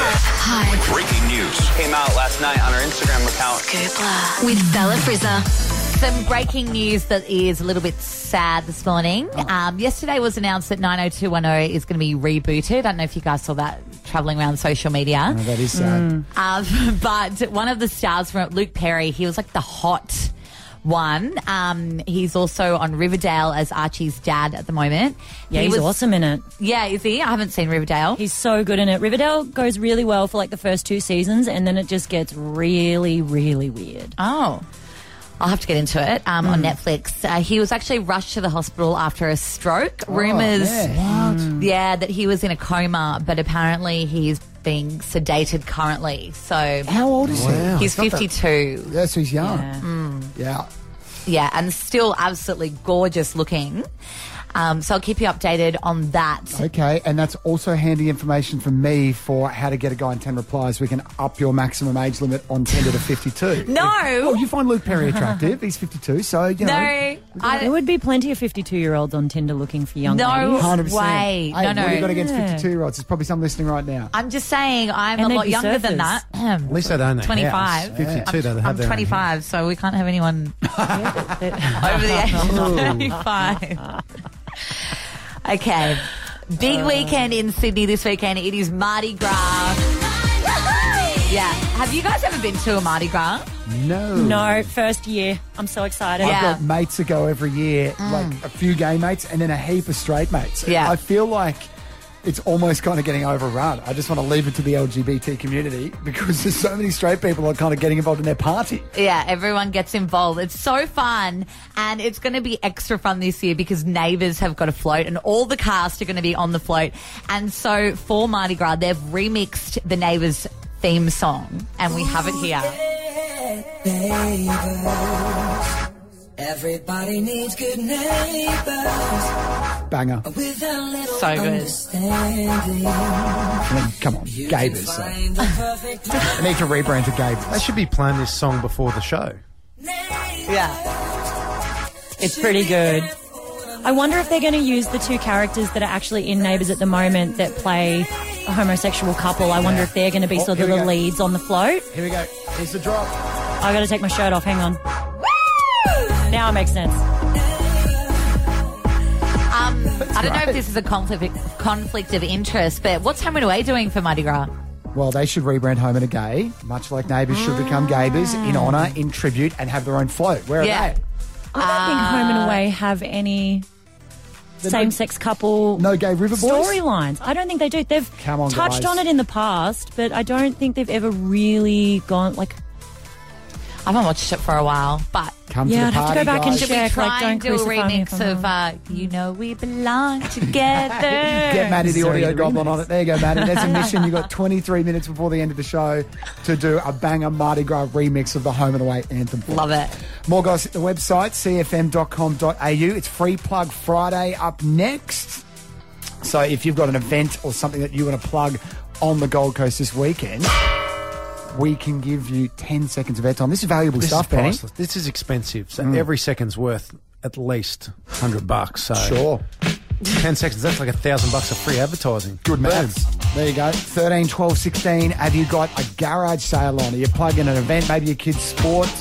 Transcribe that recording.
Hype Breaking news. Came out last night on our Instagram account. with Bella Frizzer. Some breaking news that is a little bit sad this morning. Um, yesterday was announced that 90210 is going to be rebooted. I don't know if you guys saw that traveling around social media. Oh, that is sad. Um, but one of the stars from it, Luke Perry, he was like the hot one. Um, he's also on Riverdale as Archie's dad at the moment. Yeah, He he's was- awesome in it. Yeah, is he? I haven't seen Riverdale. He's so good in it. Riverdale goes really well for like the first two seasons, and then it just gets really, really weird. Oh. I'll have to get into it um, on Netflix. Uh, he was actually rushed to the hospital after a stroke. Rumors, yeah. yeah, that he was in a coma, but apparently he's being sedated currently. So How old is Wow. he? he's It's not that- 52. Yes, he's young. Yeah. Yeah. Yeah, and still absolutely gorgeous looking. Um, so I'll keep you updated on that. Okay, and that's also handy information for me for how to get a guy in 10 replies. We can up your maximum age limit on Tinder to 52. No. Oh, you find Luke Perry attractive. He's 52, so, you No, know. there I, would be plenty of 52 year olds on Tinder looking for young No. ladies. 100%. Way. Hey, No, no. What have you got against Yeah. 52 year olds? There's probably some listening right now. I'm just saying I'm And a they'd lot be younger than surfers. that. Ahem. At least they eh. don't. 25. Fifty-two. they don't have I'm their own 25, so we can't have anyone over the age of 25. okay. Big Uh. weekend in Sydney this weekend. It is Mardi Gras. Yeah. Have you guys ever been to a Mardi Gras? No. No, first year. I'm so excited. Yeah. Mm. I've got mates that go every year, like a few gay mates and then a heap of straight mates. Yeah. I feel like it's almost kind of getting overrun. I just want to leave it to the LGBT community because there's so many straight people are kind of getting involved in their party. Yeah, everyone gets involved. It's so fun, and it's going to be extra fun this year because neighbours have got a float, and all the cast are going to be on the float. And so for Mardi Gras, they've remixed the neighbours theme song, and we have it here. Everybody needs good neighbors Banger. with a little So good. understanding. I mean, come on, Gabers. so. Find the perfect I need to rebrand to Gabers. They should be playing this song before the show. neighbor. Yeah, It's pretty good. I wonder if they're going to use the two characters that are actually in Neighbours at the moment that play a homosexual couple. I wonder if they're going to be Oh, sort here of we the go. leads on the float. Here we go. Here's the drop. I got to take my shirt off. Hang on. Now it makes sense. um, I don't know if right. this is a conflict conflict of interest, but what's Home and Away doing for Mardi Gras? Well, they should rebrand Home and a Gay, much like Neighbours should become Gabers in honour, in tribute, and have their own float. Where are Yeah. they? I don't think Uh, Home and Away have any same sex couple No gay river boys? storylines. I don't think they do. They've Come on, touched guys. on it in the past, but I don't think they've ever really gone like. I haven't watched it for a while, but Come Oh, Yeah, to I'd the have to party, go back and guys. should we Check, try like, and don't do a crucify me if remix I'm of uh, "You Know We Belong Together"? Get Maddie the Sorry, audio the goblin remix. on it. There you go, Maddie. That's a mission. You've got 23 minutes before the end of the show to do a banger Mardi Gras remix of the Home and Away anthem. Love it. More guys at the website, cfm.com.au. It's Free Plug Friday up next. So if you've got an event or something that you want to plug on the Gold Coast this weekend, we can give you 10 seconds of airtime. This is valuable This stuff, is Penny. Mm. priceless. This is expensive. So every second's worth at least hundred bucks. So Sure. ten seconds. That's like a thousand bucks of free advertising. Good Boom. maths. There you go. 13, 12, 16. Have you got a garage sale on? Are you plugging an event, maybe your kid's sport?